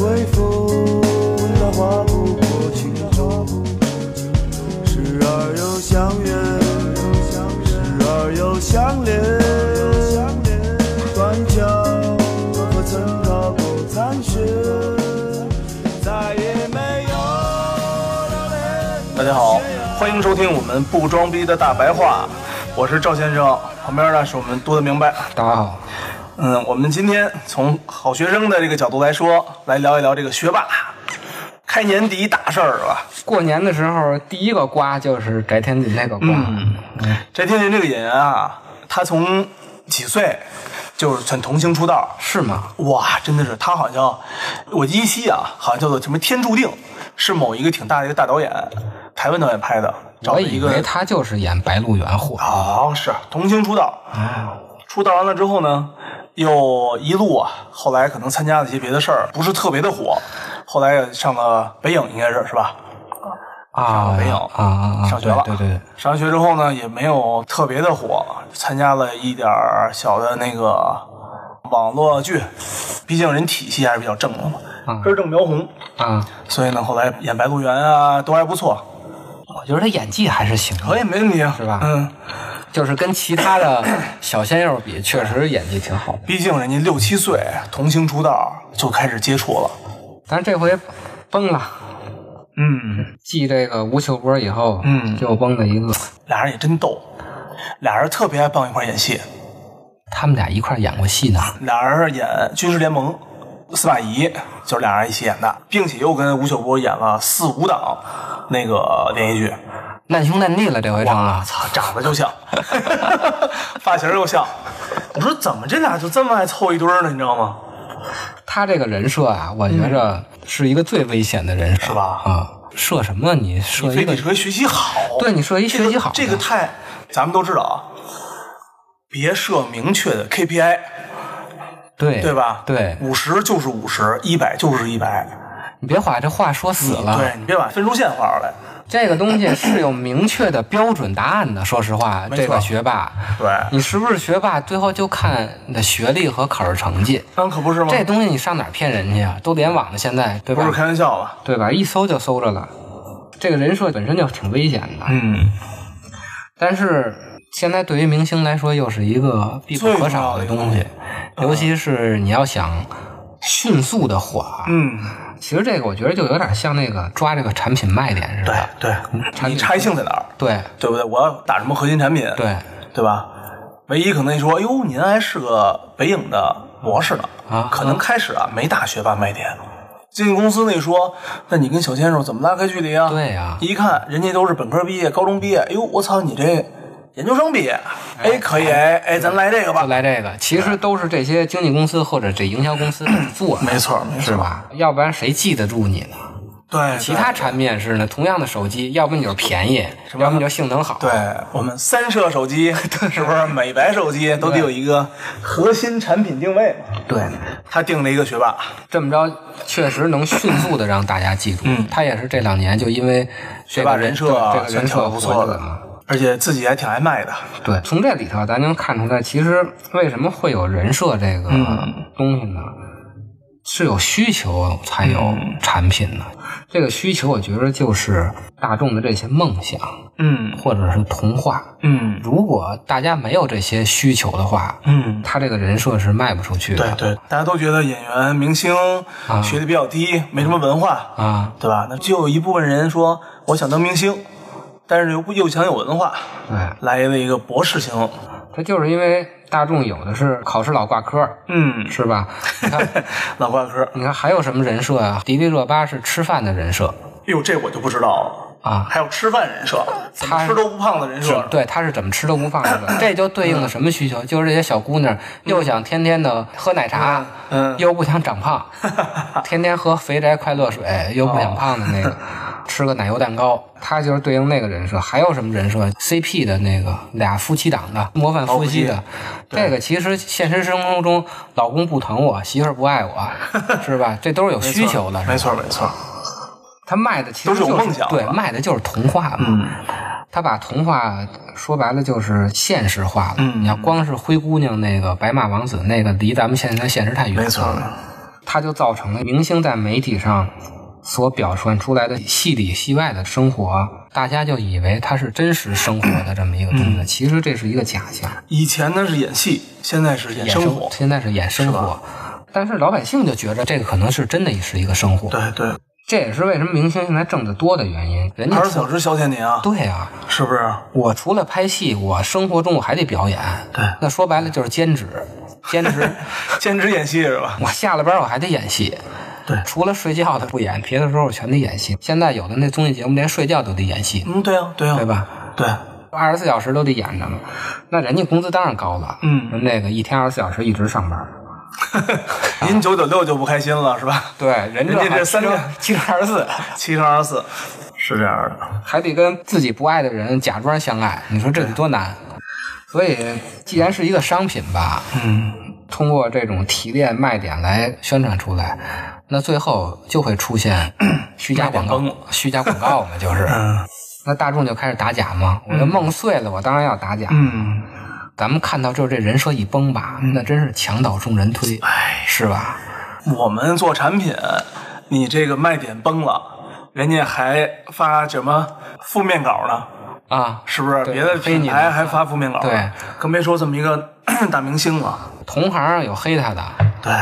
微风它划不过轻舟，时而又相约，时而又相恋，断桥何曾踏过残雪，再也没有了泪。大家好，欢迎收听我们不装逼的大白话，我是赵先生，旁边呢是我们多的明白。大家好，嗯，我们今天从好学生的这个角度来说，来聊一聊这个学霸，开年第一大事儿吧。过年的时候第一个瓜就是翟天临那个瓜，翟天临这个演员啊，他从几岁就是算童星出道，是吗？哇，真的是他好像我依稀啊，好像叫做什么《天注定》，是某一个挺大的一个大导演，台湾导演拍的，找我了以一个为他就是演《白鹿原》火，啊，是童星出道。出道完了之后呢，又一路啊，后来可能参加了一些别的事儿，不是特别的火。后来也上了北影，应该是是吧？啊没有啊啊啊！上学了，对对对，上完学之后呢，也没有特别的火，参加了一点儿小的那个网络剧，毕竟人体系还是比较正的嗯嘛，根正苗红。啊，所以呢，后来演《白鹿原》啊，都还不错，我觉得他演技还哦是行的，可以没问题啊，是吧嗯，就是跟其他 的小鲜肉比，确实演技挺好的。毕竟人家六七岁童星出道就开始接触了，但是这回崩了，嗯，继这个吴秀波以后，嗯又崩了一个。俩人也真逗，俩人特别爱帮一块儿演戏，他们俩一块儿演过戏呢，俩人演《军事联盟》。司马懿就是俩人一起演的，并且又跟吴秀波演了四五档那个连续剧，难兄难弟了，这回啊成了。操，长得就 像，发型又像。我说怎么这俩就这么爱凑一堆儿呢？你知道吗？他这个人设啊，我觉着是一个最危险的人设，是吧啊，设什么？你设所一以个你，说学习好，对你说一这个学习好的嗯这个太，咱们都知道啊，别设明确的 KPI，对对吧？对，五十就是五十，一百就是一百，你别把这话说死了。对你别把分数线画出来。这个东西是有明确的标准答 案的。说实话，没错这个学霸，对，你是不是学霸，最后就看你的学历和考试成绩。那可不是吗？这东西你上哪儿骗人去啊？都联网了，现在对不吧是？开玩笑吧？对吧？一搜就搜着了。这个人设本身就挺危险的，嗯，但是现在对于明星来说，又是一个必不可少的最重东要的一西，嗯尤其是你要想迅速的火啊。嗯，其实这个我觉得就有点像那个抓这个产品卖点似对的，对，你差异性在哪儿？对对不对？我要打什么核心产品？对对吧？唯一可能一说，哎呦，您还是个北影的博士呢，啊可能开始啊没大学霸卖点。经纪公司那一说，那你跟小鲜肉怎么拉开距离啊？对呀一看人家都是本科毕业、高中毕业，哎呦，我操，你这研究生毕业，哎，可以，哎，哎，咱来这个吧就。来这个，其实都是这些经纪公司或者这营销公司在做的，没错，没是错，吧？要不然谁记得住你呢？对，其他产品也是呢，同样的手机，要不你就是便宜，要不你就性能好，对对我们三摄手 机，是不是美白手机都得有一个核心产品定位嘛？对，他定了一个学霸，这么着确实能迅速的让大家记住。嗯他也是这两年就因为学这霸个人设对啊这个人算挺设啊不火错起来的了。，而且自己还挺爱卖的。对，从这里头咱能看出来，其实为什么会有人设这个嗯东西呢？是有需求才有产品呢。这个需求，我觉得就是大众的这些梦想嗯或者是童话。嗯如果大家没有这些需求的话，嗯，他这个人设是卖不出去对的。对，大家都觉得演员、明星啊学历比较低，没什么文化，啊，对吧？那就有一部分人说我想当明星，但是又不又想有文化，对，来了一个博士型。他就是因为大众有的是考试老挂科，嗯，是吧？你看，脑挂科，你看还有什么人设啊？迪丽热巴是吃饭的人设哟，这我就不知道了。啊，还有吃饭人设，怎么他吃都不胖的人嗯设，对，她是怎么吃都不放这 个，这就对应了什么需求？就是这些小姑娘又想天天的喝奶茶，嗯嗯嗯 哦又不想长胖，天天喝肥宅快乐水，又不想胖的那个，吃个奶油蛋糕，他就是对应那个人设。还有什么人设？CP 的那个俩夫妻档的模范夫妻的，哦对这个其实现实生活中，老公不疼我，媳妇儿不爱 我，是吧？这都是有需求的，没是错吧没错。他卖的其实、都就是有梦想的嗯对，卖的就是童话嘛。他把童话说白了就是现实化了。嗯你要光是灰姑娘那个白马王子那个，离咱们现在的现实太远了。没错，它就造成了明星在媒体上所表现出来的戏里戏外的生活，大家就以为它是真实生活的这么一个东西，嗯其实这是一个假象，以前呢是演戏，现在是演演生活。现在是演生活。但是老百姓就觉着这个可能是真的是一个生活，对对，这也是为什么明星现在挣得多的原因。人家二十四小时消遣你啊，对啊，是不是？我除了拍戏，我生活中我还得表演。对那说白了就是兼职，兼职兼职演戏是吧？我下了班我还得演戏。对除了睡觉的不演，别的时候我全得演戏。现在有的那综艺节目连睡觉都得演戏，嗯，对啊，对啊，对？吧？ 对，二十四小时都得演着呢，那人家工资当然高了。嗯，那个一天二十四小时一直上班。您九九六就不开心了是吧？对，人人家这三天七乘二十四，七乘二十四，是这样的。还得跟自己不爱的人假装相爱，你说这得多难？啊所以，既然是一个商品吧，嗯，通过这种提炼卖点来宣传出来，那最后就会出现 虚假广告卖点崩了、嗯虚假广告嘛，就是。那大众就开始打假嘛，我的梦碎了，我当然要打假。嗯，咱们看到就是这人设一崩吧，那真是墙倒众人推，哎是吧？我们做产品，你这个卖点崩了，人家还发什么负面稿呢？啊，是不是？对别的黑品你牌的还发负面稿呢，对，更别说这么一个 大明星了。同行有黑他的，对，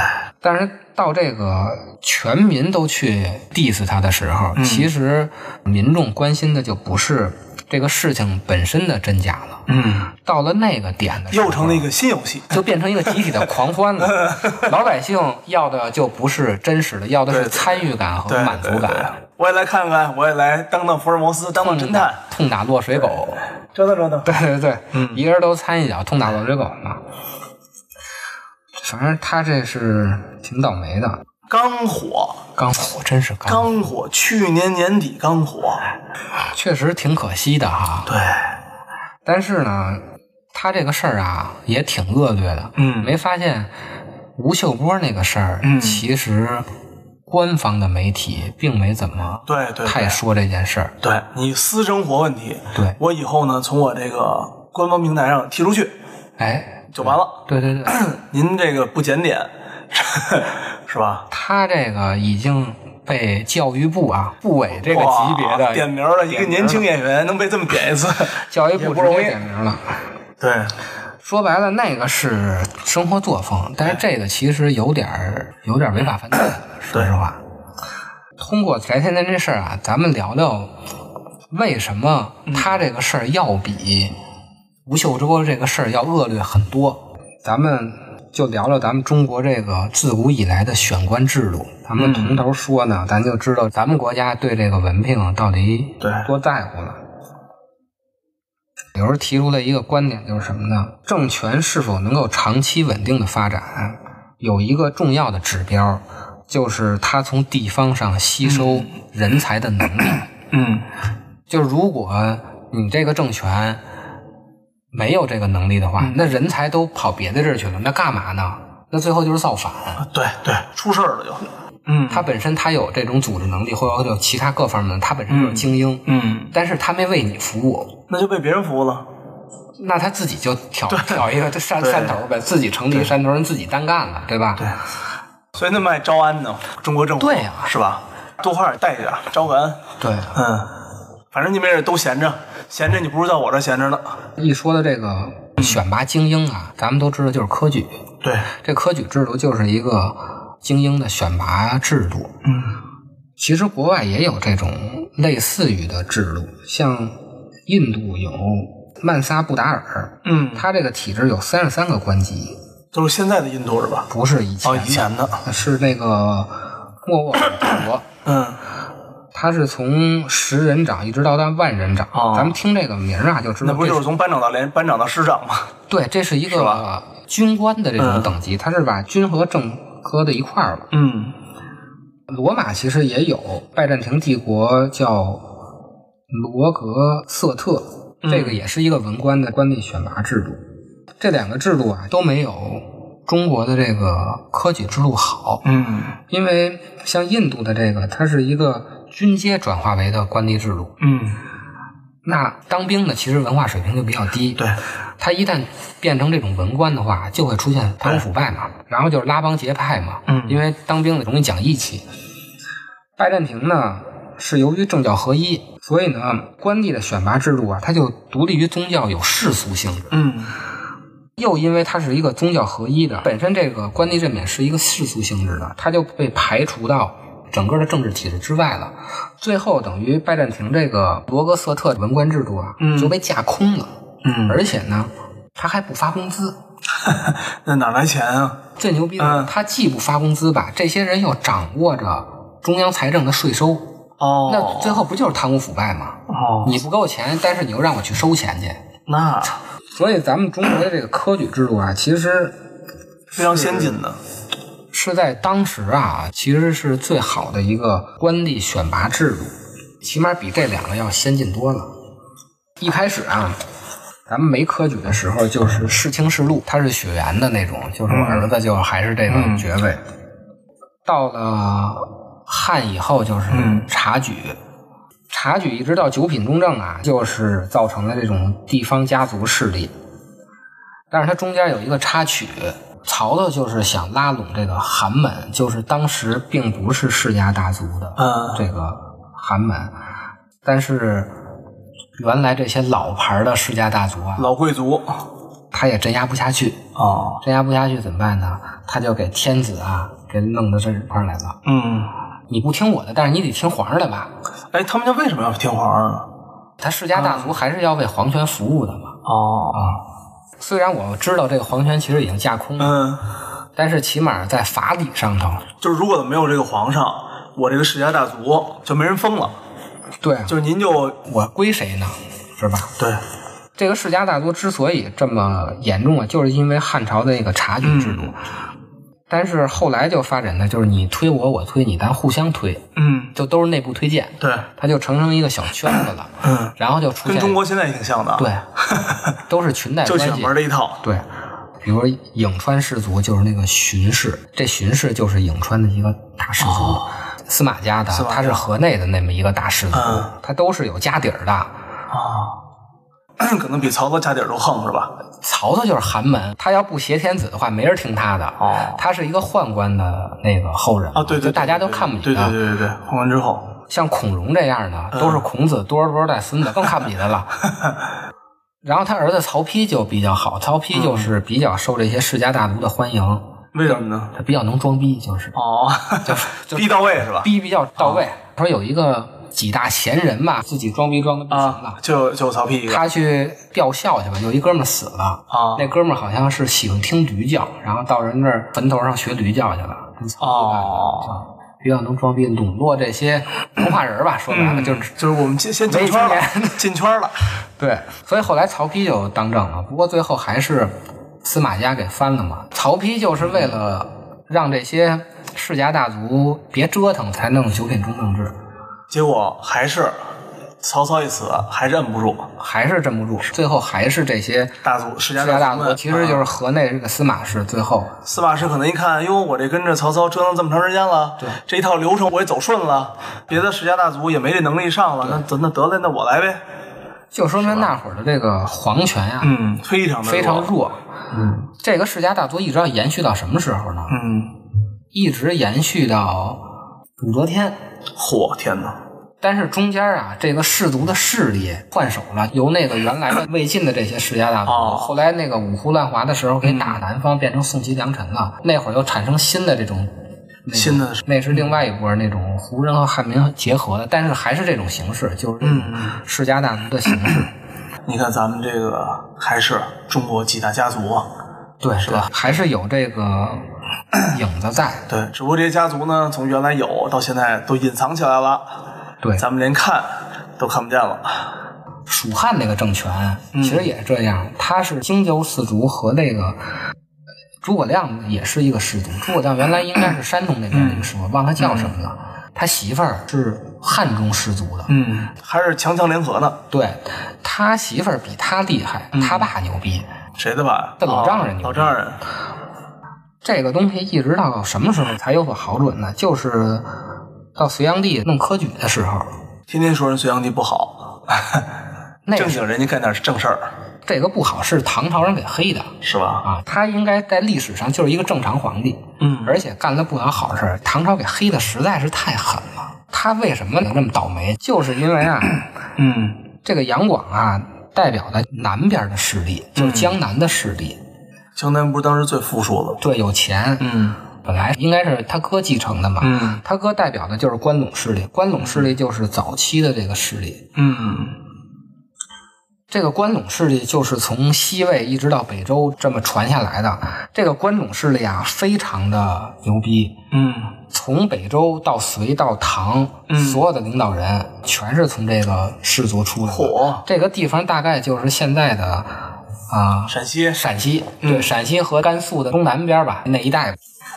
但是到这个全民都去 diss 他的时候，嗯其实民众关心的就不是这个事情本身的真假了。嗯，到了那个点的时候，又成了一个新游戏。就变成一个集体的狂欢 了。老百姓要的就不是真实的，要的对是对参与感和对满足对对感。啊我也来看看，我也来当当福尔摩斯，当当痛侦打探，嗯痛打落水狗，折腾折腾。对 对对，一个人都掺一脚，痛打落水狗嘛。反正他这是挺倒霉的，刚火，刚火真是刚火，刚火，去年年底刚火。确实挺可惜的哈。对，但是呢，他这个事儿啊也挺恶劣的。嗯没发现吴秀波那个事儿，嗯其实官方的媒体并没怎么对呃对对太说这件事儿。对你私生活问题，对，我以后呢从我这个官方平台上踢出去哎，就完了。 对对对，您这个不检点， 是吧？他这个已经被教育部啊部委这个哇级别的点名了，一个年轻演员能被这么点一次，教育也部不直容接易点名了。对，说白了，那个是生活作风，但是这个其实有点儿有点儿违法犯罪，说实话。通过翟天临这事儿啊，咱们聊聊为什么他这个事儿要比吴秀波这个事儿要恶劣很多。咱们就聊聊咱们中国这个自古以来的选官制度。咱们从头说呢，咱就知道咱们国家对这个文凭到底对多在乎了。有人提出了一个观点，就是什么呢？政权是否能够长期稳定的发展，有一个重要的指标，就是它从地方上吸收人才的能力。嗯，就如果你这个政权没有这个能力的话，嗯那人才都跑别的地儿去了，那干嘛呢？那最后就是造反。对对，出事儿了就，嗯他本身他有这种组织能力，或者有其他各方面的，他本身就是精英，嗯，但是他没为你服务，那就被别人服务了。那他自己就挑挑一个山山头呗，自己成立山头，人自己单干了，对吧？对所以那么爱招安呢，中国政府对啊是吧？多花点带一点，招个安，对，嗯，反正你没事都闲着，闲着你不如在我这闲着呢。一说到这个嗯选拔精英啊，咱们都知道就是科举，对，这科举制度就是一个精英的选拔制度。嗯其实国外也有这种类似于的制度，像印度有曼萨布达尔，嗯，它这个体制有三十三个官级，都是现在的印度是吧？不是以前哦，的以前的，是那个莫卧儿帝国。嗯它是从十人长一直到到万人长，哦咱们听这个名儿啊就知道那不这就是是从班长到连班长到师长吗？对，这是一是嗯个军官的这种等级，它是把军和政搁在一块儿了。嗯罗马其实也有拜占庭帝国叫罗格瑟特，嗯这个也是一个文官的官吏选拔制度。这两个制度啊都没有中国的这个科举制度好，嗯因为像印度的这个，它是一个军阶转化为的官吏制度。嗯，那当兵的其实文化水平就比较低，对，他一旦变成这种文官的话，就会出现贪污腐败嘛，然后就是拉帮结派嘛，嗯因为当兵的容易讲义气。拜占庭呢，是由于政教合一，所以呢，官吏的选拔制度啊，它就独立于宗教，有世俗性质。嗯又因为它是一个宗教合一的，本身这个官吏任免是一个世俗性质的，它就被排除到整个的政治体制之外了。最后等于拜占庭这个罗格瑟特文官制度啊，嗯就被架空了，嗯，而且呢，他还不发工资。那哪来钱啊？最牛逼的嗯是，他既不发工资吧，这些人又掌握着中央财政的税收，哦，那最后不就是贪污腐败吗？哦，你不给我钱，但是你又让我去收钱去，那所以咱们中国的这个科举制度啊，其实非常先进的，是在当时啊，其实是最好的一个官吏选拔制度，起码比这两个要先进多了。一开始啊，咱们没科举的时候，就是世卿世禄，他是血缘的那种，就是我儿子就还是这个爵位。到了汉以后，就是察举。察举一直到九品中正啊，就是造成了这种地方家族势力。但是它中间有一个插曲，曹操就是想拉拢这个韩门，就是当时并不是世家大族的嗯这个韩门，但是原来这些老牌的世家大族啊，老贵族，他也镇压不下去，哦，镇压不下去怎么办呢？他就给天子啊给弄到这一块儿来了。嗯，你不听我的，但是你得听皇上的吧？哎，他们家为什么要听皇上呢？他世家大族还是要为皇权服务的嘛。哦，虽然我知道这个皇权其实已经架空了，嗯，但是起码在法理上头，就是如果没有这个皇上，我这个世家大族就没人封了，对，就是您就我归谁呢？是吧？对，这个世家大族之所以这么严重啊，就是因为汉朝的一个察举制度。嗯但是后来就发展的就是你推我，我推你，咱互相推，嗯，就都是内部推荐，对，它就成成一个小圈子了。嗯，然后就出现跟中国现在也挺像的， 对，都是裙带就关喜欢系玩。这一套，对，比如颍川氏族就是那个荀氏，这荀氏就是颍川的一个大氏族，司马家的，哦马家他是河内的那么一个大氏族嗯，他都是有家底儿的。啊 可能比曹操家底儿都横是吧？曹操就是寒门，他要不挟天子的话，没人听他的。哦他是一个宦官的那个后人啊，对对，就大家都看不啊起对他。对嗯对对对，混完之后，像孔融这样的，都是孔子多少多少代孙子，更看不起他 了。然后他儿子曹丕就比较好，曹丕嗯就是比较受这些世家大族的欢迎，为什么呢？他比较能装逼，就是哦， 就是就逼到位是吧？逼比较到啊位。说有一个几大贤人吧，自己装逼装的不行了啊，，就就曹丕一个他去吊孝去吧，有一哥们儿死了，啊那哥们儿好像是喜欢听驴叫，然后到人那儿坟头上学驴叫去了，跟曹丕干的哦，比较能装逼，笼络这些文化人儿吧，说白了、嗯就是嗯就是我们进先进圈没了， 进圈了，对，所以后来曹丕就当政了，不过最后还是司马家给翻了嘛。曹丕就是为了让这些世家大族别折腾，才弄九品中正制，结果还是曹操一死，还是摁不住还是镇不住，最后还是这些大族世家世家大族族，们，其实就啊是河内这个司马氏，最后司马师可能一看，哟，我这跟着曹操折腾这么长时间了，对这一套流程我也走顺 了，别的世家大族也没这能力上了，那得那得了，那我来呗。就说明那会儿的这个皇权啊、嗯，非常的非常弱。嗯，这个世家大族一直要延续到什么时候呢？嗯，一直延续到武则天。嚯，天哪！但是中间啊，这个氏族的势力换手了，由那个原来的魏晋的这些世家大族，哦后来那个五胡乱华的时候给打南方，变成宋齐梁陈嗯了。那会儿又产生新的这种，那个新的那是另外一波那种胡人和汉民结合的，但是还是这种形式，就是这种嗯世家大族的形式。你看咱们这个还是中国几大家族啊，对对，还是有这 个影子在。对，只不过这些家族呢，从原来有到现在都隐藏起来了，对，咱们连看都看不见了。蜀嗯汉那个政权其实也是这样，它是经九四族和那个呃诸葛亮也是一个士族，诸葛亮原来应该是山东那边的一个士族，忘他叫什么了。他媳妇儿是汉中士族的，嗯，还是强强联合呢。对他媳妇儿比他厉害，嗯他爸牛逼。谁的吧？这老丈人哦牛老逼丈人，这个东西一直到什么时候才有所好转呢？就是到隋炀帝弄科举的时候，天天说人隋炀帝不 好，那正个时经人家干点正事儿，候这个不好是唐朝人给黑的是吧？啊，他应该在历史上就是一个正常皇帝，嗯而且干了不少好事儿，唐朝给黑的实在是太狠了。他为什么能这么倒霉？就是因为啊，嗯，这个杨广啊，代表的南边的势力，就是嗯江南的势力，江南不是当时最富庶的吗？对，有钱，嗯本来应该是他哥继承的嘛，嗯他哥代表的就是关陇势力，关陇势力就是早期的这个势力。嗯这个关陇势力就是从西魏一直到北周这么传下来的。这个关陇势力啊，非常的牛逼，嗯，从北周到隋到唐，所有的领导人全是从这个氏族出来的。嚯这个地方大概就是现在的啊、陕西陕西，嗯对，陕西和甘肃的东南边吧那一带。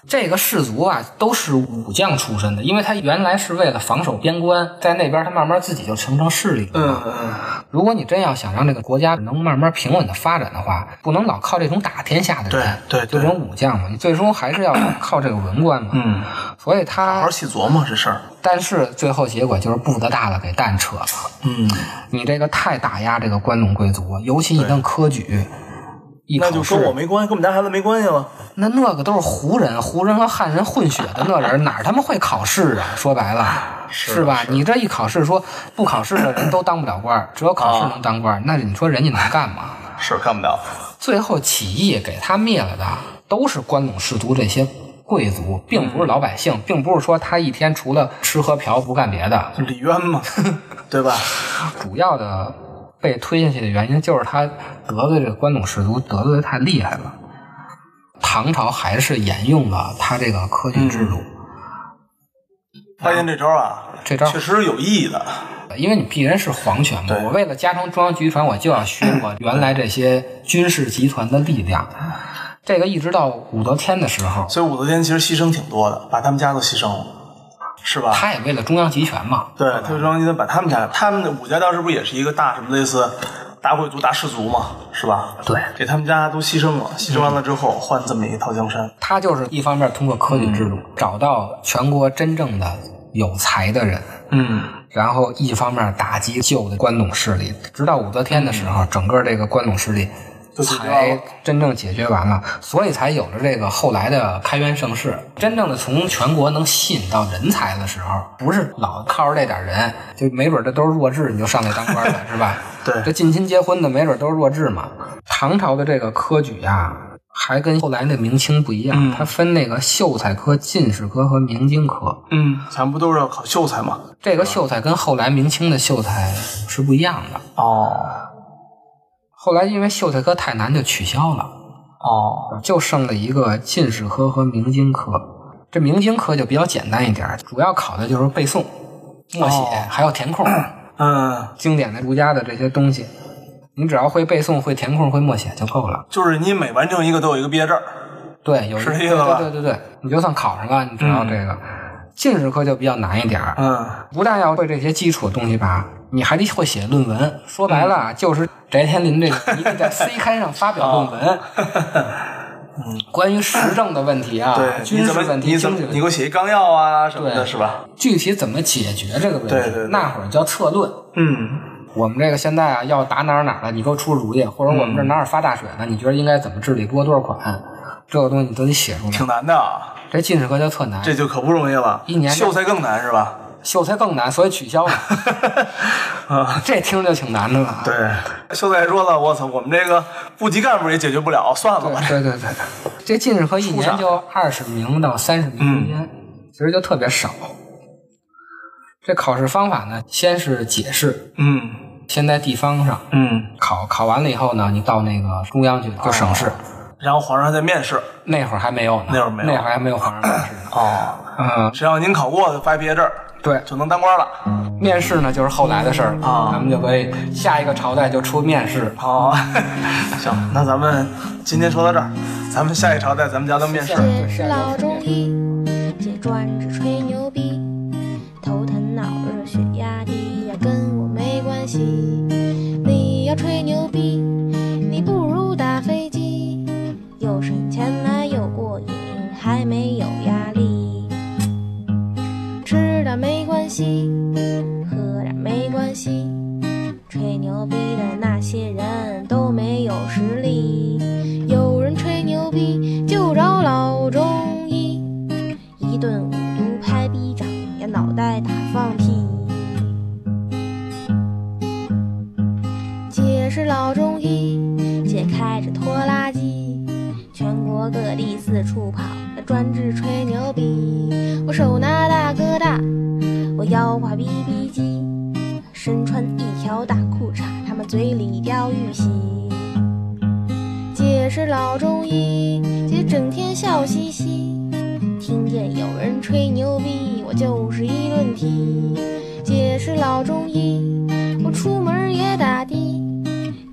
这个氏族啊，都是武将出身的，因为他原来是为了防守边关，在那边他慢慢自己就形成势力了。嗯嗯，如果你真要想让这个国家能慢慢平稳的发展的话，不能老靠这种打天下的人，对对对这种武将嘛，你最终还是要靠这个文官嘛。嗯，所以好他好，细琢磨这事儿。但是最后结果就是步子大了给蛋扯了。嗯，你这个太打压这个关陇贵族，尤其你弄科举，一那就考试跟我没关系，跟我们家孩子没关系了。那那个都是胡人，胡人和汉人混血的那人，哪儿他妈会考试 啊？说白了，是吧？你这一考试说不考试的人都当不了官儿，只有考试能当官儿，那你说人家能干嘛？是干不了。最后起义给他灭了的，都是关陇士族这些贵族，并不是老百姓，并不是说他一天除了吃喝嫖不干别的，李渊 嘛，对吧？主要的被推下去的原因就是他得罪这个关陇士族得罪的太厉害了。唐朝还是沿用了他这个科举制度，发现这招啊，这招确实是有意义的。因为你必然是皇权嘛对。我为了加强中央集权，我就要削弱原来这些军事集团的力量。这个一直到武则天的时候，所以武则天其实牺牲挺多的，把他们家都牺牲了，是吧？她也为了中央集权嘛。对，特别装今天把他们家，他们的武家当时不也是一个大什么类似大贵族、大氏族嘛，是吧？对，嗯给他们家都牺牲了，牺牲完了之后换这么一套江山。她就是一方面通过科举制度找到全国真正的有才的人，嗯，然后一方面打击旧的关陇势力，直到武则天的时候，整个这个关陇势力就解决完才了真正解决完了，所以才有了这个后来的开元盛世。真正的从全国能吸引到人才的时候，不是老靠着这点人，就没准这都是弱智，你就上来当官了，是吧？对这近亲结婚的没准都是弱智嘛。唐朝的这个科举呀、还跟后来那明清不一样，它分那个秀才科、进士科和明经科。嗯，咱不都是要考秀才吗？这个秀才跟后来明清的秀才是不一样的。哦后来因为秀才科太难，就取消了，哦，就剩了一个进士科和明经科。这明经科就比较简单一点，主要考的就是背诵、默写，哦还有填空， 嗯，经典的儒家的这些东西。你只要会背诵、会填空、会默写就够了。就是你每完成一个都有一个毕业证儿。对，有一是这意思吧对对对对，你就算考上了，你知道这个。进士科就比较难一点儿，嗯，不但要会这些基础的东西吧，你还得会写论文。说白了嗯啊，就是翟天临这个，你得在 C 刊上发表论哦文。嗯关于时政的问题啊，对，军你事怎么问题、你怎经么济你问给题，我写一纲要啊什么的，对是吧？具体怎么解决这个问题？对对对那会儿叫策论。嗯，我们这个现在啊，要打哪儿哪儿了，你给我出主意，或者我们嗯这哪儿发大水了，你觉得应该怎么治理，拨多少款，这个东西你都得写出来。挺难的啊，这进士科就特难，这就可不容易了。一年秀才更难是吧？秀才更难，所以取消 了。啊，这听着就挺难的了啊。对，秀才说了，我操，我们这个部级干部也解决不了，算了吧。对对对对，这进士科一年就二十名到三十名之间，其实就特别少。这考试方法呢，先是解释，嗯先在地方上嗯，考，考完了以后呢，你到那个中央去，就省市。然后皇上在面试。那会儿还没有呢，那会儿没有那会儿还没有皇上面试呢。哦，嗯，只要您考过就发毕业证儿，对，就能当官了。面试呢就是后来的事儿了，啊咱们就可以 下一个朝代就出面试。哦，行，那咱们今天说到这儿，咱们下一朝代咱们家当面试。解是老中医，这专治吹牛逼，头疼脑热血压低呀，跟我没关系。你要吹牛逼，你不如打飞机，又省钱来又过瘾，还没有压力。吃点没关系，喝点没关系，吹牛逼的那些人都没有实力。有人吹牛逼就找老中医，一顿五毒拍逼掌呀，脑袋打放屁。姐是老中医，姐开着拖拉机，全国各地四处跑，专治吹牛逼。我手拿大哥大，我腰挎 BB 机，身穿一条大裤衩，他们嘴里叼玉玺。姐是老中医，姐整天笑嘻嘻。听见有人吹牛逼，我就是一顿踢。姐是老中医，我出门也打的，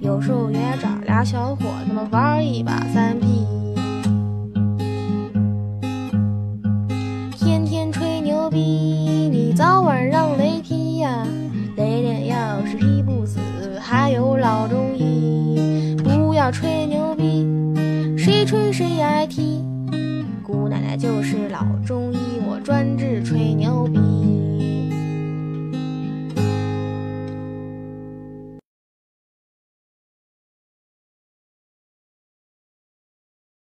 有时候也找俩小伙子们玩一把三 P。天天吹牛逼，你早晚让雷劈呀、雷电要是劈不死，还有老中医。不要吹牛逼，谁吹谁挨踢。姑奶奶就是老中医，我专治吹牛逼。